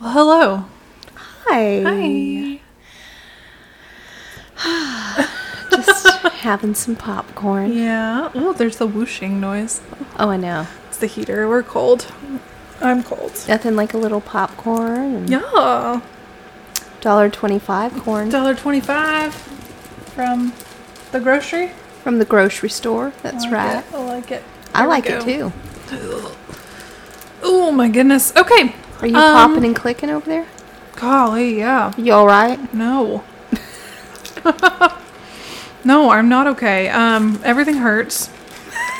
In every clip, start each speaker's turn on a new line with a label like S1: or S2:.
S1: Well, hello.
S2: Hi.
S1: Hi.
S2: Just having some popcorn.
S1: Yeah. Oh, there's the whooshing noise.
S2: Oh, I know.
S1: It's the heater. We're cold. I'm cold.
S2: Nothing like a little popcorn. and
S1: Yeah.
S2: Dollar twenty-five corn
S1: Dollar twenty-five from the grocery.
S2: from the grocery store. That's
S1: I like
S2: right.
S1: it. I like it.
S2: I
S1: There Oh, we
S2: like it
S1: go.
S2: too.
S1: Oh my goodness. Okay.
S2: Are you
S1: Um,
S2: popping and clicking over there?
S1: Golly, yeah.
S2: You all right?
S1: No. no, I'm not okay. Um, everything hurts.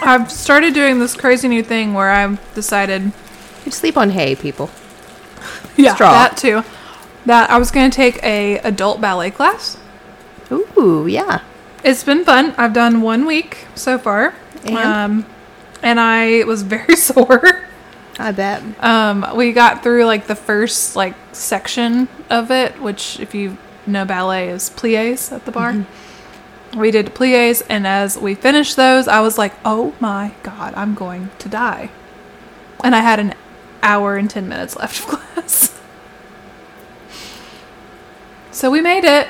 S1: I've started doing this crazy new thing where I've decided
S2: You sleep on hay, people.
S1: yeah,
S2: straw.
S1: that too. That I was going to take a adult ballet class.
S2: Ooh, yeah.
S1: It's been fun. I've done one week so far.
S2: And?
S1: Um, and I was very sore.
S2: I bet.
S1: Um, we got through like the first like section of it, which if you know ballet is plies at the bar. We did plies, and as we finished those, I was like, "Oh my god, I'm going to die!" And I had an hour and ten minutes left of class. So we made it.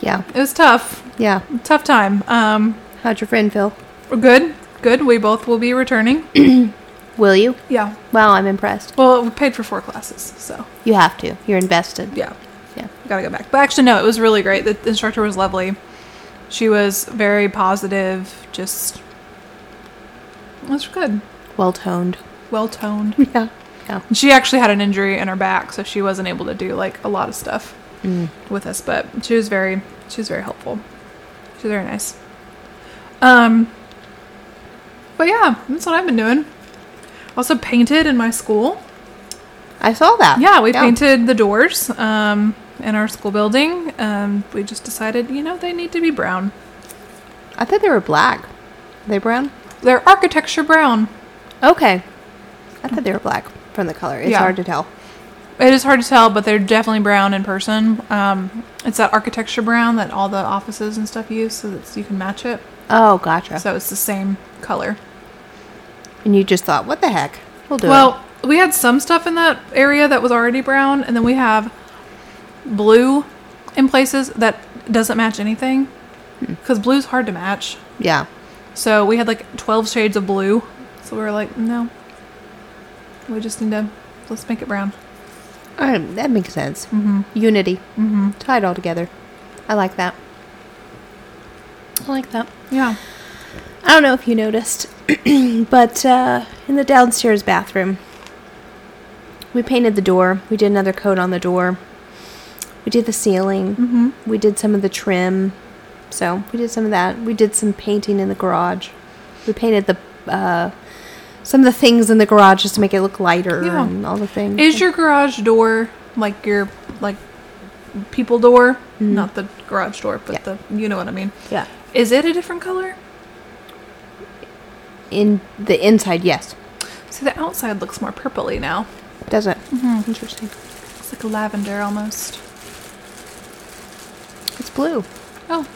S2: Yeah.
S1: It was tough,
S2: Yeah.
S1: tough time. Um,
S2: How'd your friend feel?
S1: good, good. We both will be returning.
S2: Will you?
S1: yeah.
S2: Wow, I'm impressed.
S1: Well, we paid for four classes, so
S2: You have to. You're invested.
S1: yeah.
S2: Yeah.
S1: gotta go back. But actually, no, it was really great. The the instructor was lovely. She was very positive. Just it was good,
S2: Well toned.
S1: well toned.
S2: Yeah. Yeah.
S1: And She actually had an injury in her back, so she wasn't able to do like a lot of stuff
S2: Mm.
S1: with us. But she was very, she was very helpful. She was very nice. Um, but yeah, that's what I've been doing. Also painted in my school.
S2: I saw that.
S1: Yeah, we painted the doors um, in our school building. Um, we just decided, you know, they need to be brown.
S2: I thought they were black. Are they brown?
S1: They're architecture brown.
S2: Okay. I thought they were black from the color. It's
S1: Yeah.
S2: hard to tell.
S1: It is hard to tell, but they're definitely brown in person. Um, it's that architecture brown that all the offices and stuff use, so that you can match it.
S2: Oh, gotcha.
S1: So it's the same color.
S2: and you just thought, what the heck? We'll do
S1: Well, we had some stuff in that area that was already brown, and then we have blue in places that doesn't match anything because blue's hard to match.
S2: it. Yeah.
S1: So we had like 12 shades of blue. So we were like, no. We just need to, let's make it brown.
S2: All right, that makes sense. Mm-hmm. Unity. Mm-hmm. Tie it all together. I like that. I like that.
S1: Yeah.
S2: I don't know if you noticed, but uh, in the downstairs bathroom, we painted the door. We did another coat on the door. We did the ceiling.
S1: Mm-hmm.
S2: We did some of the trim. So we did some of that. We did some painting in the garage. We painted the uh, some of the things in the garage just to make it look lighter
S1: Yeah.
S2: and all the things.
S1: Is your garage door like your, like, people door? Not the garage door, but
S2: Mm-hmm. Yeah.
S1: the, you know what I mean.
S2: yeah.
S1: Is it a different color?
S2: In the inside, yes.
S1: See, the outside looks more purpley now.
S2: Does it? Interesting.
S1: It's like lavender almost.
S2: It's blue.
S1: Oh,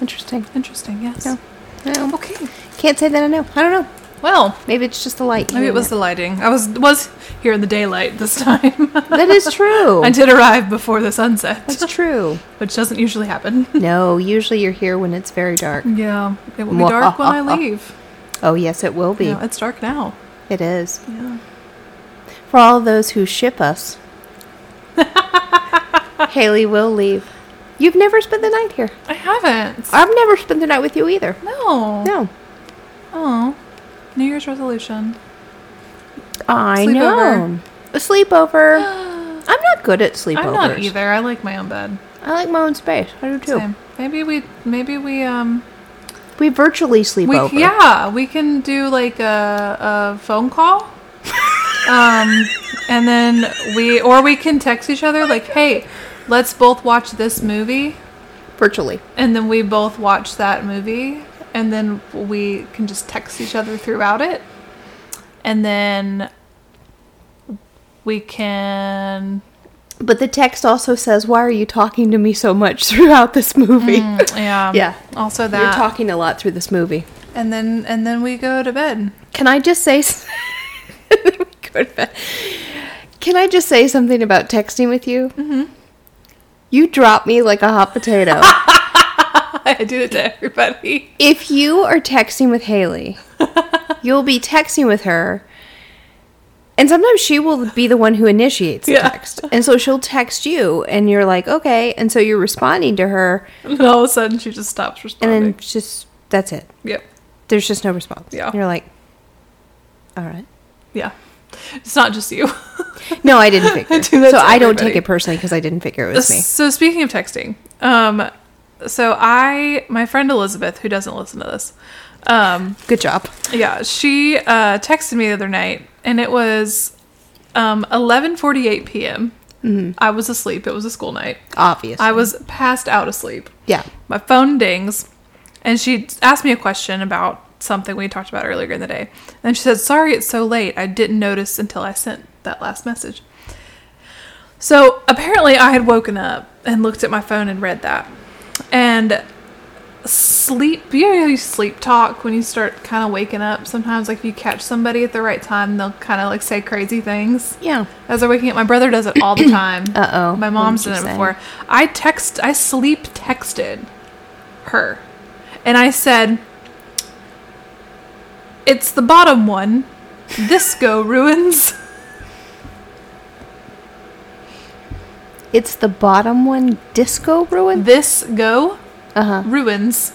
S2: Interesting.
S1: interesting. Yes.
S2: Yeah. No.
S1: Okay.
S2: Can't say that I know. I don't know.
S1: Well,
S2: Maybe it's just the light.
S1: maybe it
S2: doing
S1: was the lighting. I was was here in the daylight this time.
S2: that is true.
S1: I did arrive before the sunset.
S2: That's true.
S1: which doesn't usually happen.
S2: No, usually you're here when it's very dark.
S1: Yeah, it will be dark
S2: ah,
S1: when I leave.
S2: Oh, yes, it will be.
S1: Yeah, it's dark now.
S2: It is.
S1: Yeah.
S2: For all those who ship us, Haley will leave. You've never spent the night here.
S1: I haven't.
S2: I've never spent the night with you either.
S1: No.
S2: No.
S1: Oh, New Year's resolution.
S2: I
S1: Sleepover.
S2: know. A sleepover. I'm not good at sleepovers.
S1: I'm not either. I like my own bed.
S2: I like my own space. I do too.
S1: Same. Maybe we, maybe we, um,
S2: We virtually sleep
S1: we,
S2: over.
S1: yeah, we can do like a, a phone call. um, and then we, or we can text each other like, hey, let's both watch this movie
S2: virtually.
S1: and then we both watch that movie and then we can just text each other throughout it and then we can
S2: But the text also says, "Why are you talking to me so much throughout this movie?"
S1: yeah
S2: Yeah.
S1: also Mm, that
S2: You're talking a lot through this movie.
S1: and then and then we go to bed
S2: Can I just say? s- Go to bed. Can I just say something about texting with you? Mm-hmm. You drop me like a hot potato.
S1: i do it to everybody
S2: if you are texting with Haley, you'll be texting with her. And sometimes she will be the one who initiates the
S1: Yeah.
S2: text. And so she'll text you and you're like, "Okay." And so you're responding to her
S1: and all of a sudden she just stops
S2: and
S1: responding
S2: then it's just that's it.
S1: yep
S2: There's just no response.
S1: Yeah.
S2: You're like, "All right."
S1: yeah it's not just you
S2: No, I didn't figure.
S1: do that
S2: so
S1: to
S2: I don't take
S1: everybody.
S2: it personally because I didn't figure it was me.
S1: So speaking of texting, um, so I my friend Elizabeth who doesn't listen to this, um,
S2: Good job.
S1: yeah, she uh, texted me the other night, and it was um 11:48 p.m. I was asleep. It was a school night.
S2: Obvious.
S1: I was passed out asleep.
S2: Yeah.
S1: My phone dings, and she asked me a question about something we talked about earlier in the day. And she said, Sorry it's so late. I didn't notice until I sent that last message. So apparently, I had woken up and looked at my phone and read that. And sleep, you know, you sleep talk when you start kind of waking up. Sometimes, like, if you catch somebody at the right time, they'll kind of like say crazy things.
S2: Yeah.
S1: As they're waking up, my brother does it all the time.
S2: Uh-oh.
S1: My
S2: What
S1: mom's
S2: did you
S1: done it
S2: say?
S1: before. I text, I sleep texted her, and I said, "It's the bottom one. This go ruins."
S2: It's the bottom one disco ruin.
S1: This go
S2: Uh-huh.
S1: ruins,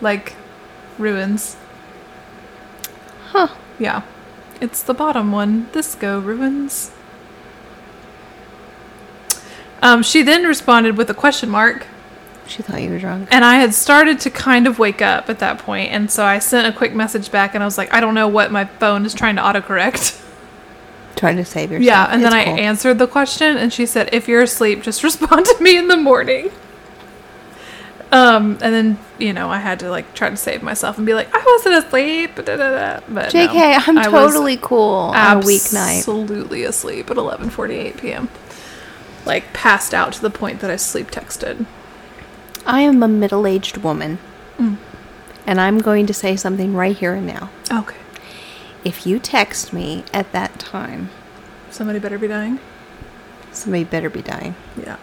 S1: like ruins.
S2: Huh.
S1: Yeah, it's the bottom one. This go ruins. Um, she then responded with a question mark.
S2: She thought you were drunk.
S1: And I had started to kind of wake up at that point, and so I sent a quick message back, and I was like, I don't know what my phone is trying to autocorrect.
S2: Trying to save yourself.
S1: yeah, and then
S2: It's
S1: I
S2: cool.
S1: answered the question, and she said, "If you're asleep, just respond to me in the morning." Um, and then you know I had to like try to save myself and be like, I wasn't asleep, da, da, da," but no.
S2: JK, I'm
S1: I was
S2: totally cool on a weeknight.
S1: absolutely asleep at 11:48 p.m. Like passed out to the point that I sleep texted.
S2: I am a middle aged woman.
S1: Mm.
S2: And I'm going to say something right here and now.
S1: Okay,
S2: If you text me at that time,
S1: somebody better be dying.
S2: somebody better be dying.
S1: Yeah.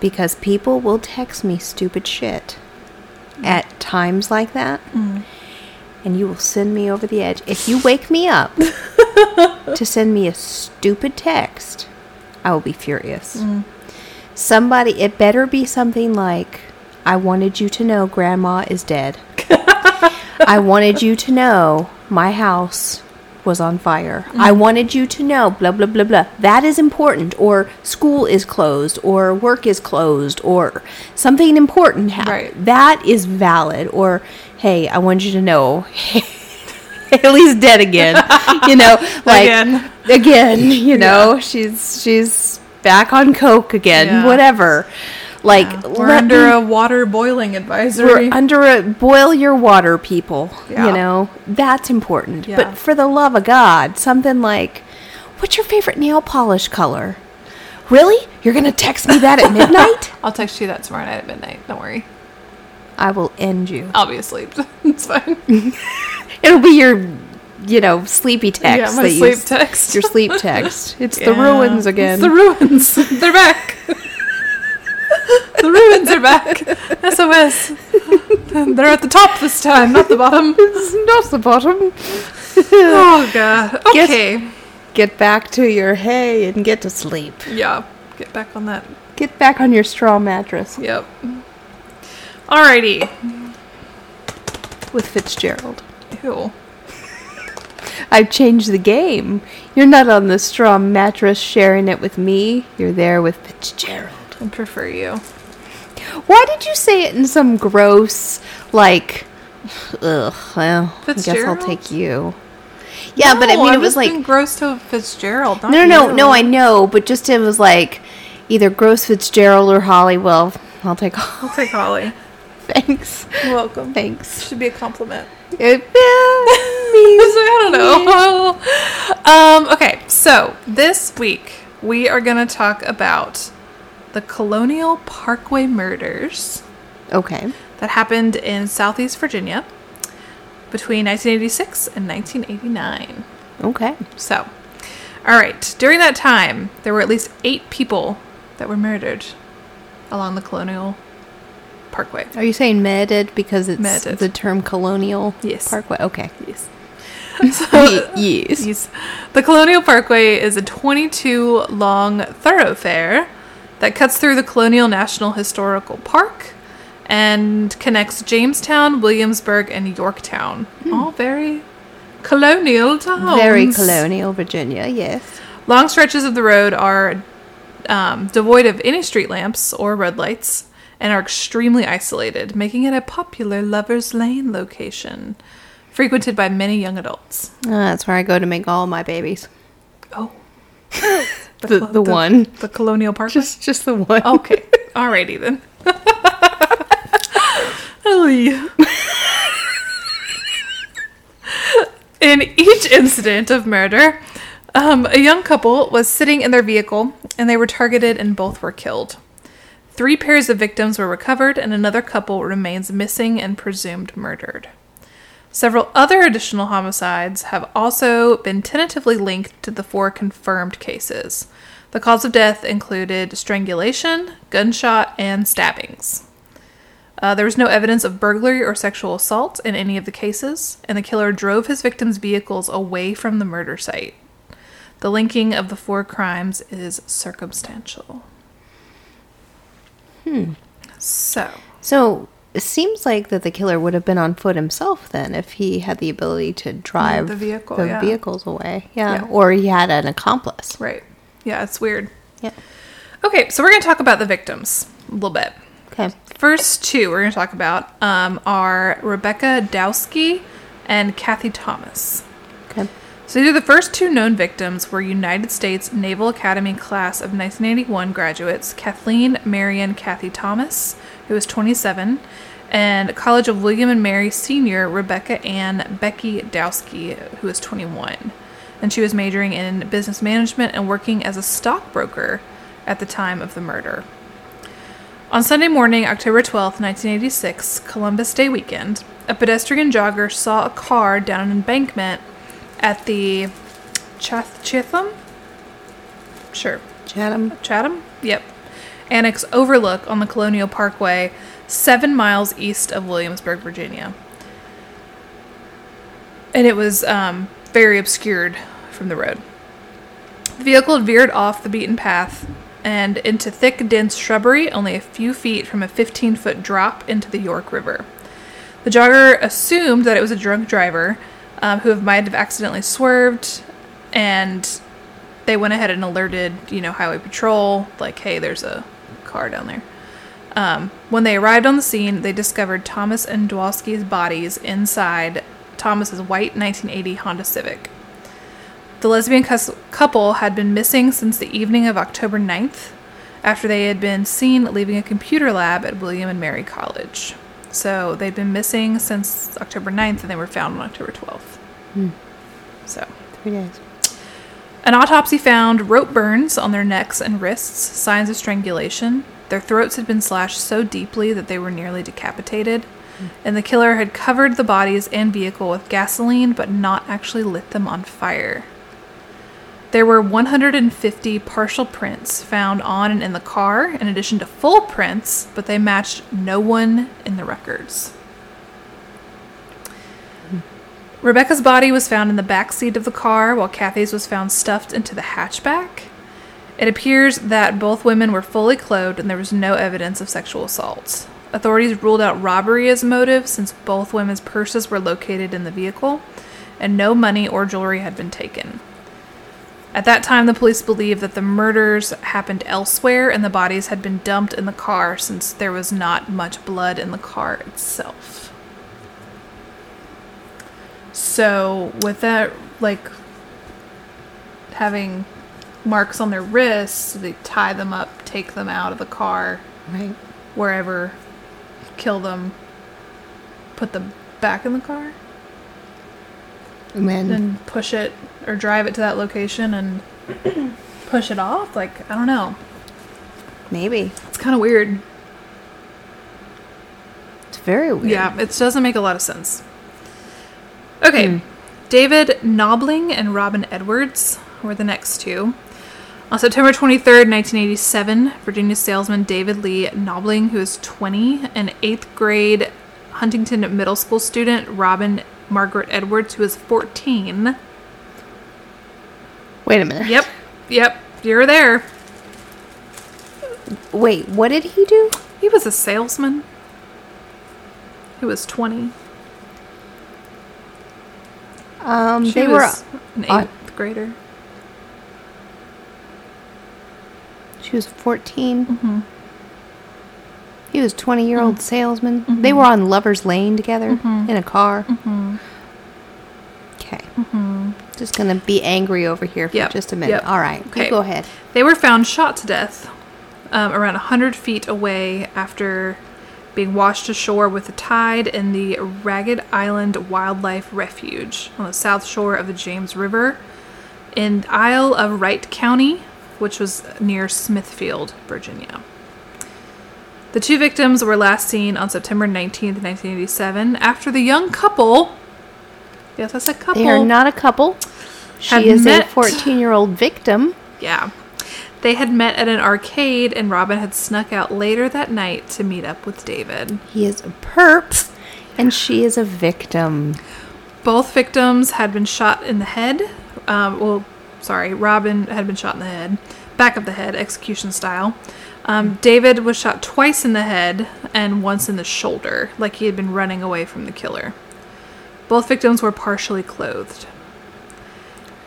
S2: Because people will text me stupid shit at times like that. And you will send me over the edge. If you wake me up to send me a stupid text, I will be furious. Somebody, it better be something like, I wanted you to know grandma is dead. I wanted you to know my house was on fire. I wanted you to know blah blah blah blah. That is important or school is closed or work is closed or something important happened.
S1: Right.
S2: That is valid or hey, I want you to know Haley's dead again. you know, like
S1: Again.
S2: again, you know, she's she's back on coke again,
S1: Yeah.
S2: whatever. Like
S1: We're
S2: let
S1: under
S2: me-
S1: a water boiling advisory.
S2: we're under a boil your water, people.
S1: Yeah.
S2: You know that's important.
S1: Yeah.
S2: But for the love of God, something like, "What's your favorite nail polish color?" Really, you're gonna text me that at midnight?
S1: I'll text you that tomorrow night at midnight. Don't worry.
S2: I will end you.
S1: I'll be asleep. it's fine.
S2: It'll be your, you know, sleepy text.
S1: yeah, my
S2: that you-
S1: sleep text.
S2: Your sleep text. It's the
S1: Yeah.
S2: ruins again.
S1: It's the ruins. They're back. the ruins are back. SOS. They're at the top this time, not the bottom.
S2: It's not the bottom.
S1: Oh god.
S2: Yes.
S1: Okay.
S2: Get back to your hay and get to sleep.
S1: Yeah. Get back on that.
S2: Get back on your straw mattress
S1: Yep. Alrighty.
S2: with Fitzgerald.
S1: Ew.
S2: I've changed the game. You're not on the straw mattress sharing it with me. You're there with Fitzgerald.
S1: I prefer you.
S2: Why did you say it in some gross, like, ugh, well, I guess I'll
S1: Fitzgerald?
S2: take you. Yeah, but I
S1: No,
S2: mean, it
S1: I've
S2: was
S1: just
S2: like,
S1: been gross to Fitzgerald.
S2: no, no, no, no,
S1: I.
S2: I know, but just it was like, Either Gross Fitzgerald or Holly. Well, I'll take all.
S1: I'll take Holly.
S2: Thanks.
S1: You're welcome.
S2: Thanks.
S1: Should be a compliment.
S2: It-
S1: I don't know. um, okay, so this week we are going to talk about the Colonial Parkway murders
S2: okay.
S1: that happened in Southeast Virginia between 1986 and 1989.
S2: Okay.
S1: So, all right, during that time, there were at least eight people that were murdered along the Colonial Parkway.
S2: Are you saying murdered because it's
S1: Murdered.
S2: the term colonial
S1: Yes.
S2: parkway? Okay.
S1: Yes.
S2: Ye- yes.
S1: Yes. The Colonial Parkway is a 22 long thoroughfare that cuts through the Colonial National Historical Park and connects Jamestown, Williamsburg, and Yorktown. All very colonial towns.
S2: Hmm. Very colonial Virginia, yes.
S1: Long stretches of the road are um, devoid of any street lamps or red lights and are extremely isolated, making it a popular Lover's Lane location frequented by many young adults.
S2: Ah, that's where I go to make all my babies.
S1: Oh.
S2: The-
S1: clo-
S2: the one.
S1: The Colonial Park.
S2: Just just the one.
S1: okay. Alrighty then. Ellie. in each incident of murder, um, a young couple was sitting in their vehicle and they were targeted and both were killed. Three pairs of victims were recovered and another couple remains missing and presumed murdered. Several other additional homicides have also been tentatively linked to the four confirmed cases. The cause of death included strangulation, gunshot, and stabbings. Uh, there was no evidence of burglary or sexual assault in any of the cases, and the killer drove his victims' vehicles away from the murder site. The linking of the four crimes is circumstantial. Hmm. So,
S2: So it seems like that the killer would have been on foot himself then if he had the ability to drive
S1: the vehicle,
S2: the
S1: yeah.
S2: vehicles away. Yeah.
S1: Yeah.
S2: Or he had an accomplice.
S1: right. Yeah, it's weird.
S2: Yeah.
S1: Okay, so we're going to talk about the victims a little bit.
S2: Okay.
S1: First two we're going to talk about um, are Rebecca Dowski and Kathy Thomas.
S2: Okay.
S1: So these are the first two known victims were United States Naval Academy class of 1981 graduates Kathleen Marion Kathy Thomas, who was 27, and College of William and Mary senior Rebecca Ann Becky Dowski, who was 21. And she was majoring in business management and working as a stockbroker at the time of the murder. On Sunday morning, October 12, 1986, Columbus Day weekend, a pedestrian jogger saw a car down an embankment at the Chath- Chatham? Sure.
S2: Chatham.
S1: Chatham? Yep. Annex overlook on the Colonial Parkway, seven miles east of Williamsburg, Virginia. And it was um, very obscured from the road. The vehicle had veered off the beaten path and into thick, dense shrubbery, only a few feet from a 15 foot drop into the York River. The jogger assumed that it was a drunk driver um, who might have accidentally swerved, and they went ahead and alerted, you know, Highway Patrol, like, hey, there's a car down there. Um, when they arrived on the scene, they discovered Thomas and Dwalski's bodies inside Thomas's white 1980 Honda Civic. The lesbian cous- couple had been missing since the evening of October 9th after they had been seen leaving a computer lab at William and Mary College. So they'd been missing since October 9th and they were found on October 12th. So,
S2: Three days.
S1: an autopsy found rope burns on their necks and wrists, signs of strangulation. Their throats had been slashed so deeply that they were nearly decapitated. And the killer had covered the bodies and vehicle with gasoline but not actually lit them on fire. There were 150 partial prints found on and in the car, in addition to full prints, but they matched no one in the records. Rebecca's body was found in the back seat of the car, while Kathy's was found stuffed into the hatchback. It appears that both women were fully clothed and there was no evidence of sexual assault. Authorities ruled out robbery as motive since both women's purses were located in the vehicle and no money or jewelry had been taken. At that time, the police believed that the murders happened elsewhere and the bodies had been dumped in the car since there was not much blood in the car itself. So, with that, like having marks on their wrists, they tie them up take them out of the car
S2: Right.
S1: wherever, kill them, put them back in the car,
S2: And then
S1: then push it or drive it to that location and push it off. Like, I don't know.
S2: maybe
S1: It's kind of weird.
S2: it's very weird.
S1: Yeah, it doesn't make a lot of sense. Okay,
S2: Hmm.
S1: David Nobling and Robin Edwards were the next two. On September 23rd, 1987, Virginia salesman David Lee Nobling, who is 20, and eighth grade Huntington Middle School student Robin Margaret Edwards, who is 14,
S2: Wait a minute.
S1: Yep. Yep. You're there.
S2: Wait, what did he do?
S1: He was a salesman. He was 20.
S2: Um,
S1: She
S2: they
S1: was
S2: were.
S1: an
S2: I-
S1: eighth grader.
S2: She was 14 He was twenty-year-old salesman. They were on Lovers Lane together in a car. Okay. Just gonna be angry over here for
S1: Yep,
S2: just a minute.
S1: yep.
S2: All right.
S1: Okay.
S2: You go ahead.
S1: They were found shot to death um, around 100 feet away after being washed ashore with the tide in the Ragged Island Wildlife Refuge on the south shore of the James River in Isle of Wright County, which was near Smithfield, Virginia. The two victims were last seen on September 19th, 1987, after the young couple. Yes, I said couple.
S2: They are not a couple.
S1: Had
S2: She is a
S1: met-
S2: fourteen-year-old victim.
S1: Yeah. They had met at an arcade, and Robin had snuck out later that night to meet up with David.
S2: He is a perp, and she is a victim.
S1: Both victims had been shot in the head. Um, well, sorry, Robin had been shot in the head, back of the head, execution style. Um, David was shot twice in the head and once in the shoulder, like he had been running away from the killer. Both victims were partially clothed.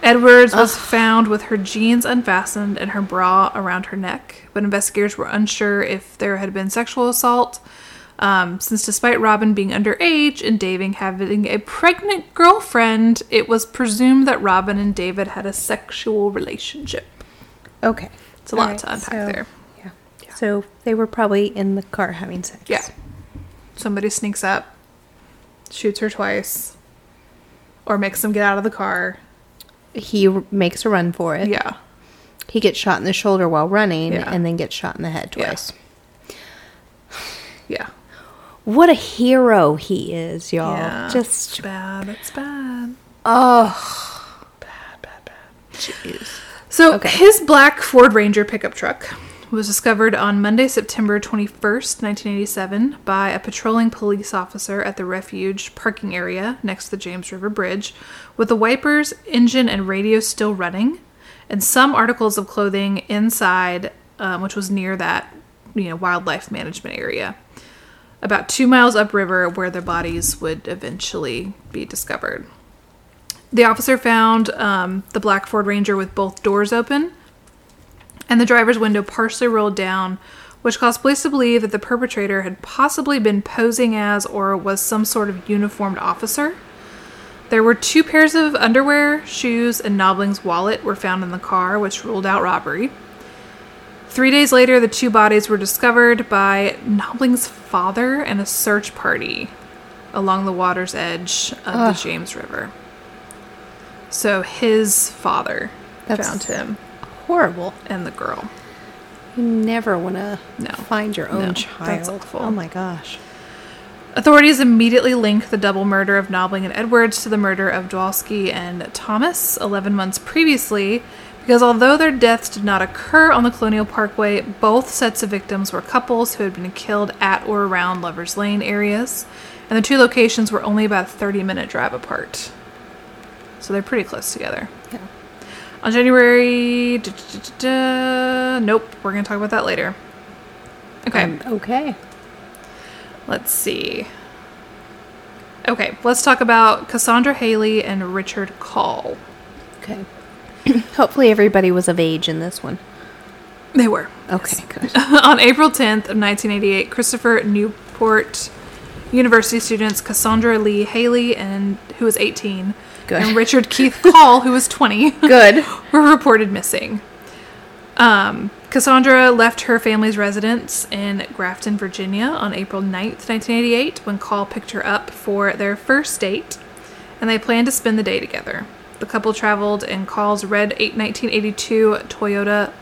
S1: Edwards was found with her jeans unfastened and her bra around her neck, but investigators were unsure if there had been sexual assault, um, since despite Robin being underage and David having a pregnant girlfriend, it was presumed that Robin and David had a sexual relationship.
S2: Okay.
S1: It's a lot to unpack there.
S2: Yeah. So they were probably in the car having sex.
S1: Yeah. Somebody sneaks up, shoots her twice, or makes them get out of the car.
S2: He r- makes a run for it.
S1: Yeah.
S2: He gets shot in the shoulder while running
S1: Yeah.
S2: and then gets shot in the head
S1: Yeah.
S2: twice.
S1: Yeah.
S2: What a hero he is, y'all.
S1: yeah.
S2: Just
S1: It's bad. It's bad.
S2: oh.
S1: So
S2: Okay.
S1: his black Ford Ranger pickup truck was discovered on Monday, September 21st, 1987, by a patrolling police officer at the refuge parking area next to the James River Bridge, with the wipers, engine, and radio still running, and some articles of clothing inside, um, which was near that, you know, wildlife management area, about two miles upriver, where their bodies would eventually be discovered. The officer found um, the black Ford Ranger with both doors open and the driver's window partially rolled down, which caused police to believe that the perpetrator had possibly been posing as or was some sort of uniformed officer. There were two pairs of underwear, shoes, and Nobling's wallet were found in the car, which ruled out robbery. Three days later, the two bodies were discovered by Nobling's father and a search party along the water's edge of the James River. So his father
S2: That's-
S1: found him
S2: horrible.
S1: and the girl.
S2: You never want to
S1: No.
S2: find your own
S1: No, that's
S2: child.
S1: awful.
S2: Oh my gosh.
S1: Authorities immediately linked the double murder of Nobling and Edwards to the murder of Dwalski and Thomas 11 months previously, because although their deaths did not occur on the Colonial Parkway, both sets of victims were couples who had been killed at or around Lover's Lane areas, and the two locations were only about a 30 minute drive apart. So they're pretty close together.
S2: Yeah.
S1: On January. duh, duh, duh, duh, duh. Nope, we're going to talk about that later. Okay.
S2: Um, okay.
S1: Let's see. Okay, let's talk about Cassandra Haley and Richard Call.
S2: Okay. Hopefully everybody was of age in this one.
S1: They were.
S2: Okay, good.
S1: On April 10th of 1988, Christopher Newport University students Cassandra Lee Haley and who was 18
S2: Good.
S1: and Richard Keith Call who was 20
S2: Good.
S1: were reported missing. Um, Cassandra left her family's residence in Grafton, Virginia on April 9th, 1988, when Call picked her up for their first date, and they planned to spend the day together. The couple traveled in Call's red 8 1982 Toyota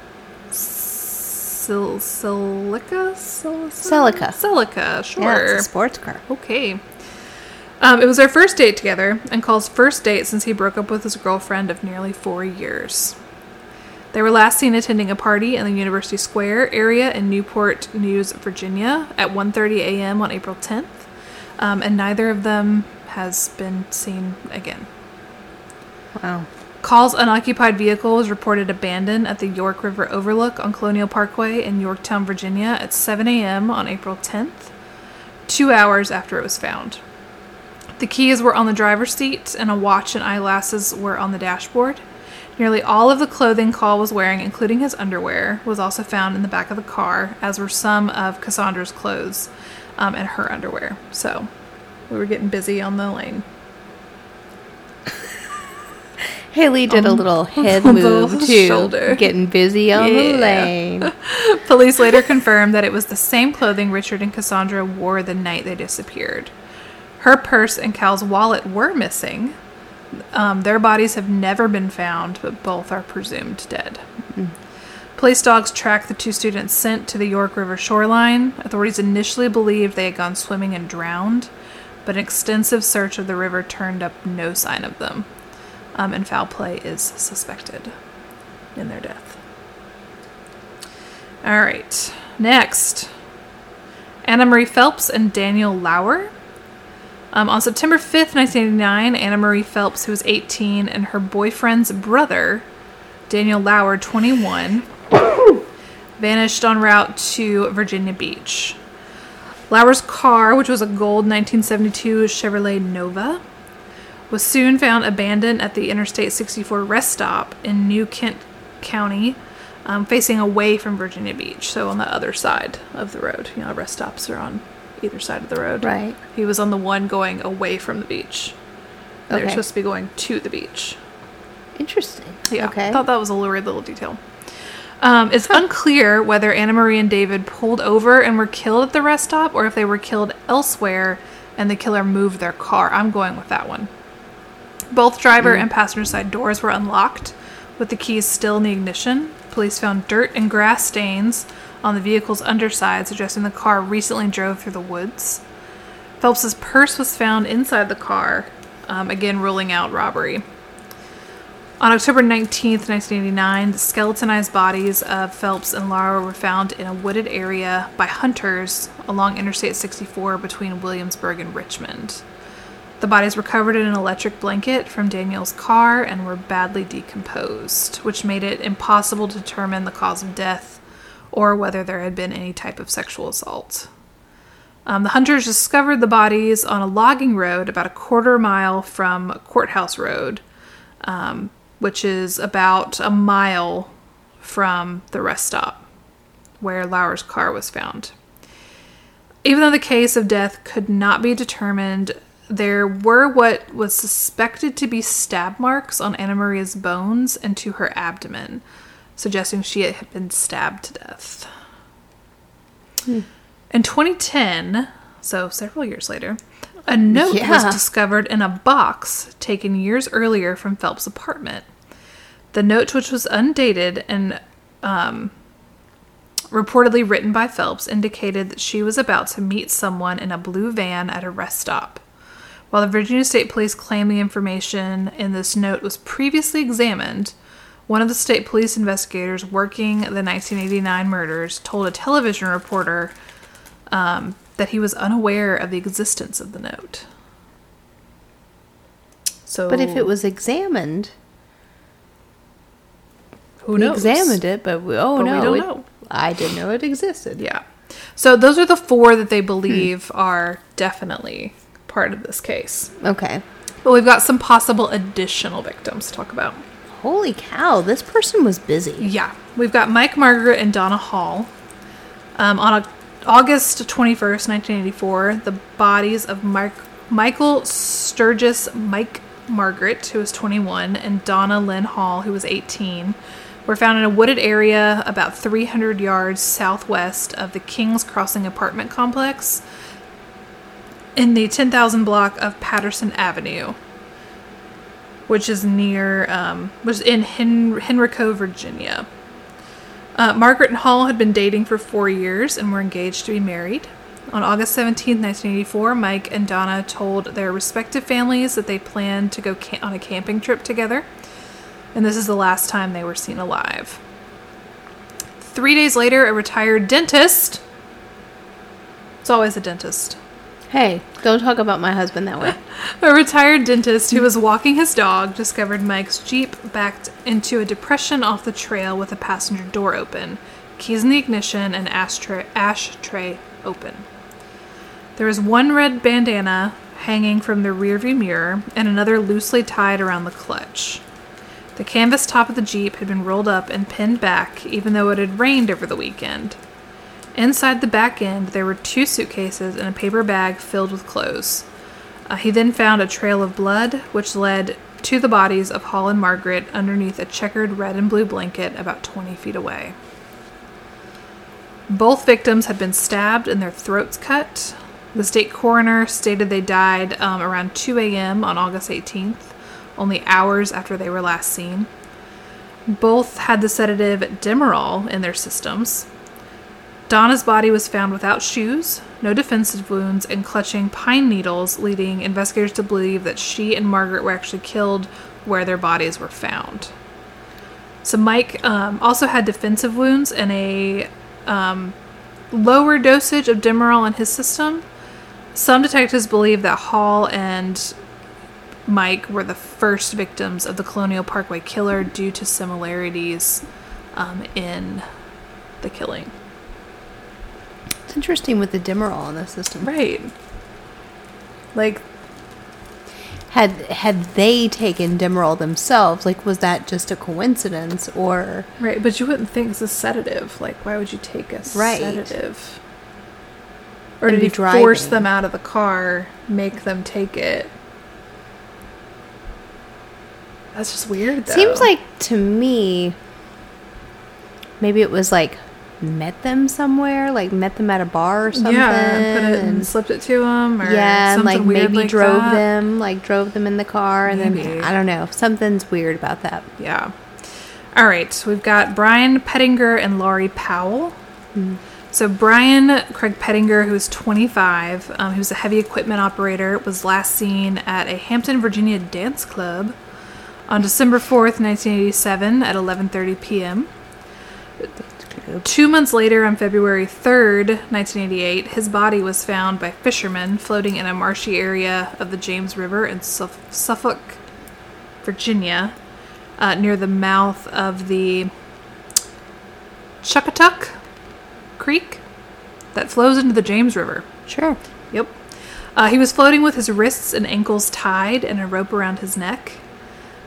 S1: Sil- Celica? Sil-
S2: Celica.
S1: Celica, sure.
S2: Yeah, it's a sports car.
S1: Okay. Um, it was their first date together, and Call's first date since he broke up with his girlfriend of nearly four years. They were last seen attending a party in the University Square area in Newport News, Virginia, at 1:30 a.m. on April 10th, um, and neither of them has been seen again.
S2: Wow.
S1: Call's unoccupied vehicle was reported abandoned at the York River Overlook on Colonial Parkway in Yorktown, Virginia at 7 a.m. on April 10th, two hours after it was found. The keys were on the driver's seat, and a watch and eyeglasses were on the dashboard. Nearly all of the clothing Call was wearing, including his underwear, was also found in the back of the car, as were some of Cassandra's clothes um, and her underwear. So we were getting busy on the lane.
S2: Haley did a little head
S1: Um, on the
S2: move too,
S1: shoulder.
S2: getting busy on
S1: Yeah.
S2: the lane.
S1: Police later confirmed that it was the same clothing Richard and Cassandra wore the night they disappeared. Her purse and Cal's wallet were missing. Um, their bodies have never been found, but both are presumed dead. Police dogs tracked the two students sent to the York River shoreline. Authorities initially believed they had gone swimming and drowned, but an extensive search of the river turned up no sign of them. Um, and foul play is suspected in their death. All right. Next, Anna Marie Phelps and Daniel Lauer. Um, on September 5th, 1989, Anna Marie Phelps, who was 18, and her boyfriend's brother, Daniel Lauer, 21, vanished en route to Virginia Beach. Lauer's car, which was a gold 1972 Chevrolet Nova, was soon found abandoned at the Interstate 64 rest stop in New Kent County, um, facing away from Virginia Beach, so on the other side of the road. You know, rest stops are on either side of the road.
S2: Right.
S1: He was on the one going away from the beach. They were
S2: Okay.
S1: supposed to be going to the beach.
S2: Interesting.
S1: Yeah,
S2: Okay.
S1: I thought that was a lurid little detail. Um, it's unclear whether Anna Marie and David pulled over and were killed at the rest stop, or if they were killed elsewhere and the killer moved their car. I'm going with that one. Both driver and passenger side doors were unlocked, with the keys still in the ignition. Police found dirt and grass stains on the vehicle's underside, suggesting the car recently drove through the woods. Phelps's purse was found inside the car, um, again ruling out robbery. On October 19th, 1989, the skeletonized bodies of Phelps and Lara were found in a wooded area by hunters along Interstate 64 between Williamsburg and Richmond. The bodies were covered in an electric blanket from Daniel's car and were badly decomposed, which made it impossible to determine the cause of death or whether there had been any type of sexual assault. Um, the hunters discovered the bodies on a logging road about a quarter mile from Courthouse Road, um, which is about a mile from the rest stop where Lauer's car was found. Even though the case of death could not be determined, there were what was suspected to be stab marks on Anna Maria's bones and to her abdomen, suggesting she had been stabbed to death. In 2010, so several years later, a note was
S2: Yeah.
S1: discovered in a box taken years earlier from Phelps' apartment. The note, which was undated and reportedly written by Phelps, indicated that she was about to meet someone in a blue van at a rest stop. While the Virginia State Police claim the information in this note was previously examined, one of the state police investigators working the 1989 murders told a television reporter um, that he was unaware of the existence of the note. So,
S2: But if it was examined,
S1: who
S2: we
S1: knows?
S2: examined it, but we, oh
S1: But we
S2: no,
S1: don't
S2: it-
S1: know.
S2: I didn't know it existed.
S1: Yeah. So those are the four that they believe are definitely part of this case.
S2: Okay.
S1: But we've got some possible additional victims to talk about.
S2: Holy cow! This person was busy.
S1: Yeah. We've got Mike Margaret and Donna Hall. Um, on Au- August 21st, 1984, the bodies of Mike, Michael Sturgis Mike Margaret, who was 21, and Donna Lynn Hall, who was 18, were found in a wooded area about 300 yards southwest of the King's Crossing apartment complex in the 10,000 block of Patterson Avenue, which is near, um, was in Hen- Henrico, Virginia. Uh, Margaret and Hall had been dating for four years and were engaged to be married. On August 17, 1984, Mike and Donna told their respective families that they planned to go ca- on a camping trip together, and this is the last time they were seen alive. Three days later, a retired dentist. It's always a dentist.
S2: Hey, don't talk about my husband that way.
S1: A retired dentist who was walking his dog discovered Mike's Jeep backed into a depression off the trail with the passenger door open, keys in the ignition, and ashtray, ashtray open. There was one red bandana hanging from the rearview mirror and another loosely tied around the clutch. The canvas top of the Jeep had been rolled up and pinned back, even though it had rained over the weekend. Inside the back end, there were two suitcases and a paper bag filled with clothes. Uh, he then found a trail of blood, which led to the bodies of Hall and Margaret underneath a checkered red and blue blanket about 20 feet away. Both victims had been stabbed and their throats cut. The state coroner stated they died um, around 2 a.m. on August 18th, only hours after they were last seen. Both had the sedative Demerol in their systems. Donna's body was found without shoes, no defensive wounds, and clutching pine needles, leading investigators to believe that she and Margaret were actually killed where their bodies were found. So Mike um, also had defensive wounds and a um, lower dosage of Demerol in his system. Some detectives believe that Hall and Mike were the first victims of the Colonial Parkway killer due to similarities um, in the killing.
S2: It's interesting with the Demerol in the system.
S1: Right. Like,
S2: Had had they taken Demerol themselves, like was that just a coincidence or
S1: right, but you wouldn't think it's a sedative. Like, why would you take a
S2: Right.
S1: sedative? Or
S2: And
S1: did
S2: be
S1: he force
S2: driving.
S1: them out of the car, make them take it? That's just weird, though.
S2: Seems like to me, maybe it was like met them somewhere, like met them at a bar or something.
S1: Yeah, and put it and
S2: and-
S1: slipped it to him, or
S2: yeah, and
S1: something
S2: like
S1: weird
S2: maybe
S1: like
S2: drove
S1: that.
S2: them, like drove them in the car, and
S1: Maybe.
S2: then I don't know, something's weird about that.
S1: Yeah. All right. So we've got Brian Pettinger and Laurie Powell. So Brian Craig Pettinger, who was 25, um, he was a heavy equipment operator, was last seen at a Hampton, Virginia dance club on December 4th, 1987, at 11:30 p.m. Two months later, on February 3rd, 1988, his body was found by fishermen floating in a marshy area of the James River in Suff- Suffolk, Virginia, uh, near the mouth of the Chuckatuck Creek that flows into the James River.
S2: Sure.
S1: Yep. Uh, he was floating with his wrists and ankles tied and a rope around his neck.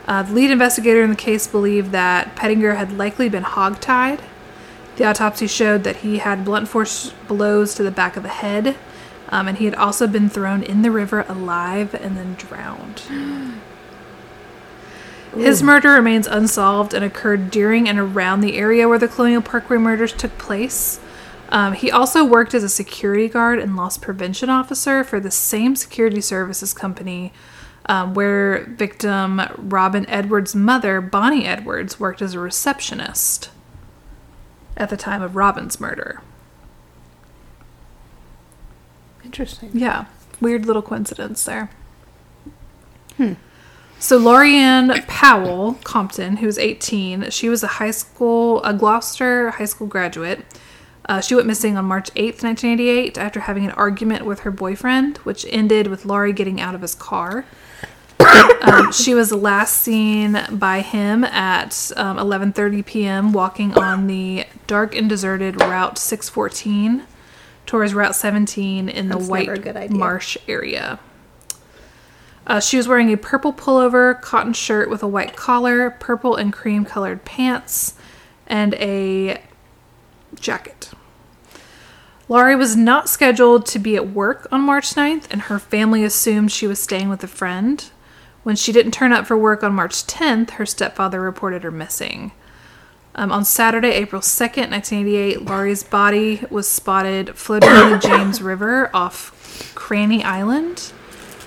S1: Uh, the lead investigator in the case believed that Pettinger had likely been hogtied. The autopsy showed that he had blunt force blows to the back of the head, um, and he had also been thrown in the river alive and then drowned. His murder remains unsolved and occurred during and around the area where the Colonial Parkway murders took place. Um, he also worked as a security guard and loss prevention officer for the same security services company um, where victim Robin Edwards' mother, Bonnie Edwards, worked as a receptionist at the time of Robin's murder.
S2: Interesting.
S1: Yeah, weird little coincidence there. So Lorianne Powell Compton, who's 18, she was a high school, a Gloucester high school graduate. Uh, she went missing on March 8th, 1988, after having an argument with her boyfriend, which ended with Laurie getting out of his car. Um, she was last seen by him at um, 11:30 p.m. walking on the dark and deserted Route 614 towards Route 17 in the
S2: That's never a good
S1: White
S2: idea.
S1: Marsh area. Uh, she was wearing a purple pullover, cotton shirt with a white collar, purple and cream colored pants, and a jacket. Laurie was not scheduled to be at work on March 9th, and her family assumed she was staying with a friend. When she didn't turn up for work on March 10th, her stepfather reported her missing. Um, on Saturday, April 2nd, 1988, Laurie's body was spotted floating in the James River off Cranny Island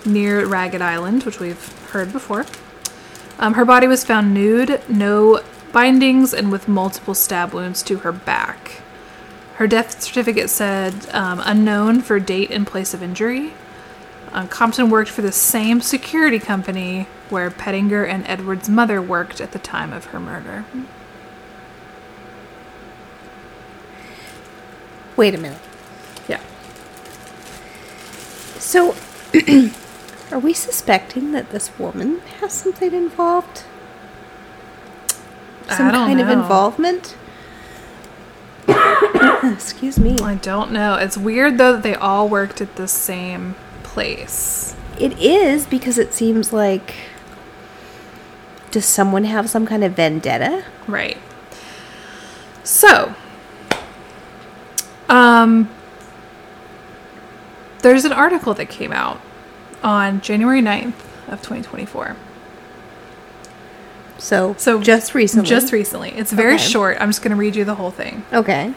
S1: near Ragged Island, which we've heard before. Um, her body was found nude, no bindings, and with multiple stab wounds to her back. Her death certificate said um, unknown for date and place of injury. Uh, Compton worked for the same security company where Pettinger and Edward's mother worked at the time of her murder.
S2: Wait a minute.
S1: Yeah.
S2: So, are we suspecting that this woman has something involved?
S1: I
S2: Some
S1: don't
S2: kind of
S1: know.
S2: involvement? Excuse me.
S1: I don't know. It's weird though that they all worked at the same place.
S2: It is because it seems like. Does someone have some kind of vendetta?
S1: Right. So, um, there's an article that came out on January 9th of 2024.
S2: So,
S1: So
S2: just recently.
S1: Just recently. It's very
S2: Okay.
S1: short. I'm just going to read you the whole thing.
S2: Okay.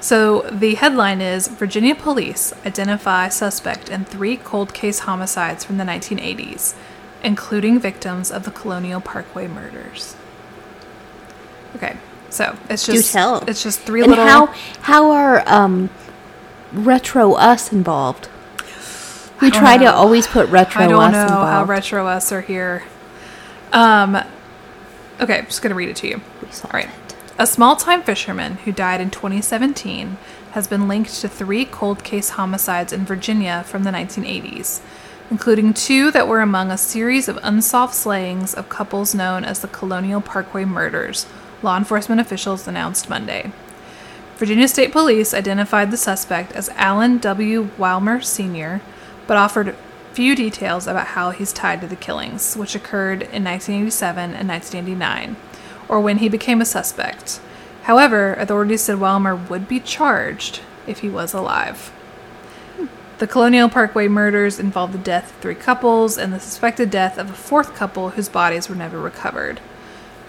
S1: So the headline is Virginia police identify suspect in three cold case homicides from the 1980s, including victims of the Colonial Parkway murders. Okay, so it's
S2: Do
S1: just
S2: tell.
S1: it's just three
S2: and
S1: little.
S2: how how are um, retro us involved? We
S1: don't
S2: try to
S1: know.
S2: always put retro
S1: I don't
S2: us
S1: know how
S2: involved.
S1: retro us are here. Um, okay, I'm just gonna read it to you.
S2: We saw
S1: All right.
S2: that.
S1: A small time fisherman who died in 2017 has been linked to three cold case homicides in Virginia from the 1980s, including two that were among a series of unsolved slayings of couples known as the Colonial Parkway murders, law enforcement officials announced Monday. Virginia State Police identified the suspect as Alan W. Wilmer Sr., but offered few details about how he's tied to the killings, which occurred in 1987 and 1989, or when he became a suspect. However, authorities said Wilmer would be charged if he was alive. The Colonial Parkway murders involved the death of three couples and the suspected death of a fourth couple whose bodies were never recovered.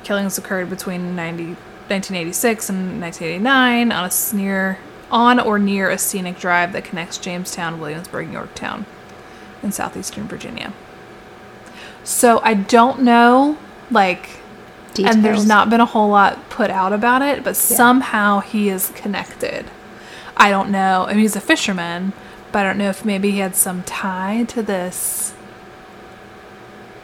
S1: Killings occurred between 90, 1986 and 1989 on a sneer, on or near a scenic drive that connects Jamestown, Williamsburg, and Yorktown in southeastern Virginia. So I don't know, like, and there's
S2: Details.
S1: not been a whole lot put out about it, but somehow he is connected. I don't know. I mean, he's a fisherman, but I don't know if maybe he had some tie to this,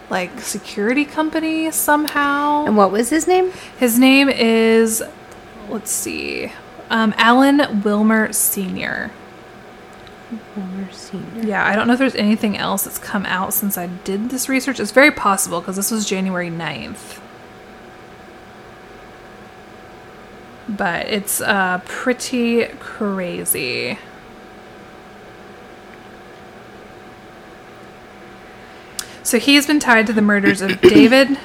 S1: like, security company somehow.
S2: And what was his name?
S1: His name is, let's see, um, Alan Wilmer Sr.
S2: Wilmer Senior.
S1: Yeah, I don't know if there's anything else that's come out since I did this research. It's very possible because this was January 9th. But it's uh, pretty crazy. So he's been tied to the murders of David,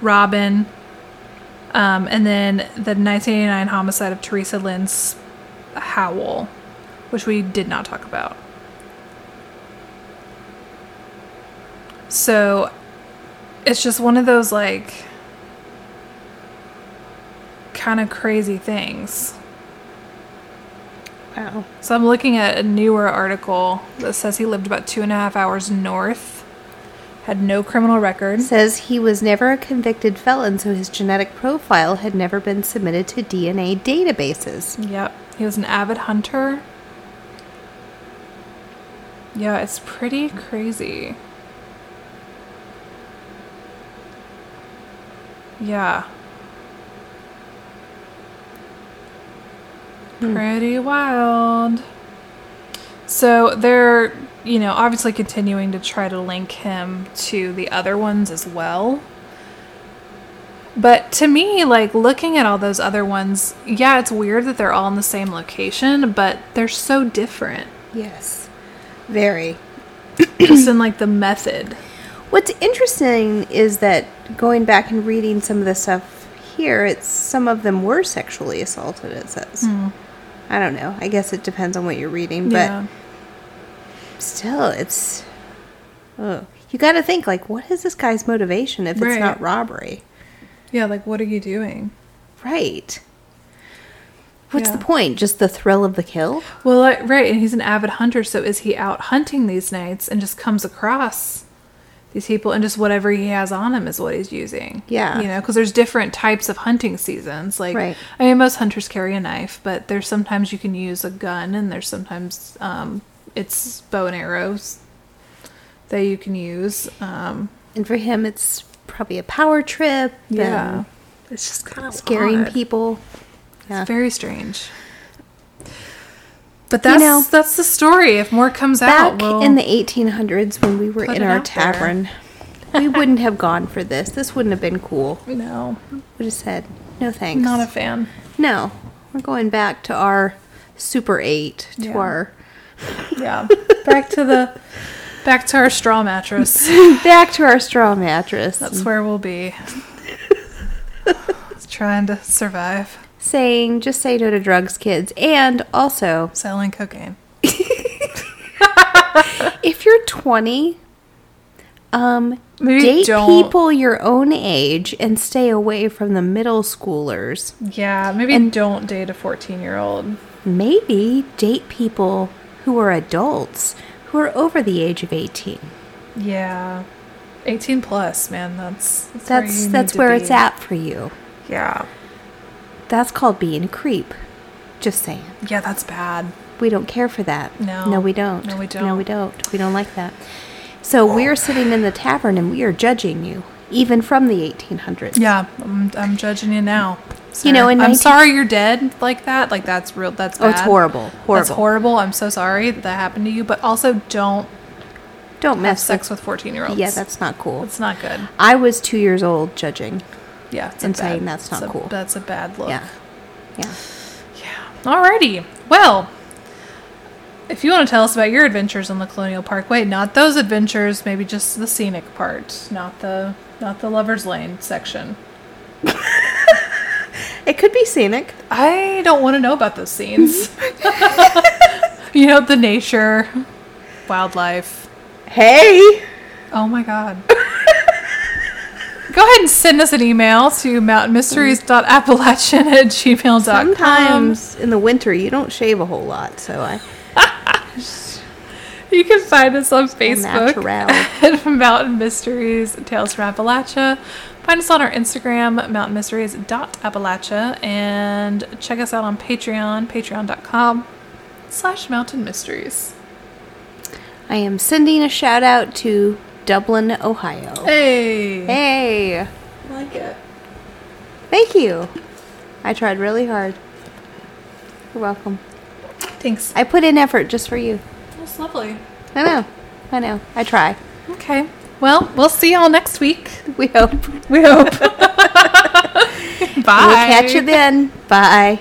S1: Robin, um, and then the 1989 homicide of Teresa Lynn S- Howell, which we did not talk about. So it's just one of those like kind of crazy things.
S2: Wow.
S1: So I'm looking at a newer article that says he lived about two and a half hours north, had no criminal record.
S2: Says he was never a convicted felon, so his genetic profile had never been submitted to DNA databases.
S1: Yep. He was an avid hunter. Yeah, it's pretty crazy. Yeah. Pretty wild. So they're, you know, obviously continuing to try to link him to the other ones as well. But to me, like looking at all those other ones, yeah, it's weird that they're all in the same location, but they're so different
S2: Yes. Very.
S1: just in like the method.
S2: What's interesting is that going back and reading some of the stuff here, it's some of them were sexually assaulted. It says, I don't know. I guess it depends on what you're reading, but
S1: Hmm. yeah.
S2: still, it's. Oh, you got to think like, what is this guy's motivation if it's
S1: Right.
S2: not robbery?
S1: Yeah, like what are you doing?
S2: Right. What's the
S1: Yeah.
S2: point? Just the thrill of the kill?
S1: Well, like, right, and he's an avid hunter, so is he out hunting these nights and just comes across these people and just whatever he has on him is what he's using?
S2: Yeah.
S1: You know, because there's different types of hunting seasons. Like,
S2: Right.
S1: I mean, most hunters carry a knife, but there's sometimes you can use a gun and there's sometimes um, it's bow and arrows that you can use. Um,
S2: And for him, it's probably a power trip.
S1: yeah.
S2: and
S1: It's just kind of
S2: Scaring people. Yeah.
S1: It's very strange. But that's
S2: know,
S1: that's the story. If more comes
S2: Back
S1: out, we'll-
S2: in the 1800s, when we were
S1: put
S2: in
S1: it
S2: our
S1: out there.
S2: tavern, we wouldn't have gone for this. This wouldn't have been cool.
S1: No,
S2: Would have said, no thanks.
S1: not a fan.
S2: no, we're going back to our Super 8, to
S1: Yeah.
S2: our.
S1: Yeah, back to the back to our straw mattress.
S2: back to our straw mattress.
S1: That's where we'll be. Just trying to survive
S2: saying, just say no to drugs, kids. And also,
S1: selling cocaine.
S2: if you're 20, um,
S1: Maybe
S2: date
S1: don't-
S2: people your own age and stay away from the middle schoolers.
S1: Yeah, maybe don't date a fourteen-year-old.
S2: Maybe date people who are adults who are over the age of 18.
S1: Yeah, eighteen plus, man. That's that's
S2: That's
S1: where, you
S2: that's
S1: need to
S2: where
S1: be.
S2: it's at for you.
S1: Yeah,
S2: That's called being a creep. Just saying.
S1: yeah, that's bad.
S2: We don't care for that.
S1: No.
S2: No, we don't.
S1: No, we
S2: No, we
S1: don't.
S2: don't. We don't like that. So we're sitting in the tavern and we are judging you, even from the 1800s.
S1: Yeah, I'm, I'm judging you now.
S2: You know,
S1: sir.
S2: in
S1: I'm
S2: 19
S1: sorry you're dead like that. Like that's real. That's
S2: Oh,
S1: bad.
S2: it's horrible.
S1: That's
S2: Horrible.
S1: horrible. I'm so sorry that, that happened to you. But also, don't
S2: Don't
S1: have
S2: mess
S1: sex with 14 year olds.
S2: Yeah, that's not cool.
S1: it's not good.
S2: I was two years old judging.
S1: Yeah, it's a
S2: And
S1: bad-
S2: saying that's not
S1: it's a-
S2: cool.
S1: That's a bad look.
S2: Yeah. Yeah.
S1: Yeah. Alrighty. Well, if you want to tell us about your adventures on the Colonial Parkway, not those adventures, maybe just the scenic part, not the not the lovers lane section.
S2: It could be scenic.
S1: I don't want to know about those scenes. you know, the nature, wildlife.
S2: Hey!
S1: Oh my god. Go ahead and send us an email to mountainmysteries.appalachian at gmail.com.
S2: Sometimes in the winter you don't shave a whole lot, so I
S1: You can find us on Facebook
S2: natural.
S1: at Mountain Mysteries Tales from Appalachia. Find us on our Instagram, mountainmysteries.appalachia, and check us out on Patreon, patreon.com slash mountain mysteries.
S2: I am sending a shout out to Dublin, Ohio.
S1: Hey!
S2: Hey.
S1: like it.
S2: Thank you. I tried really hard. You're welcome.
S1: Thanks.
S2: I put in effort just for you.
S1: That's lovely.
S2: I know. I know. I try.
S1: Okay. Well, we'll see y'all next week.
S2: We hope.
S1: We hope. Bye.
S2: We'll catch you then. Bye.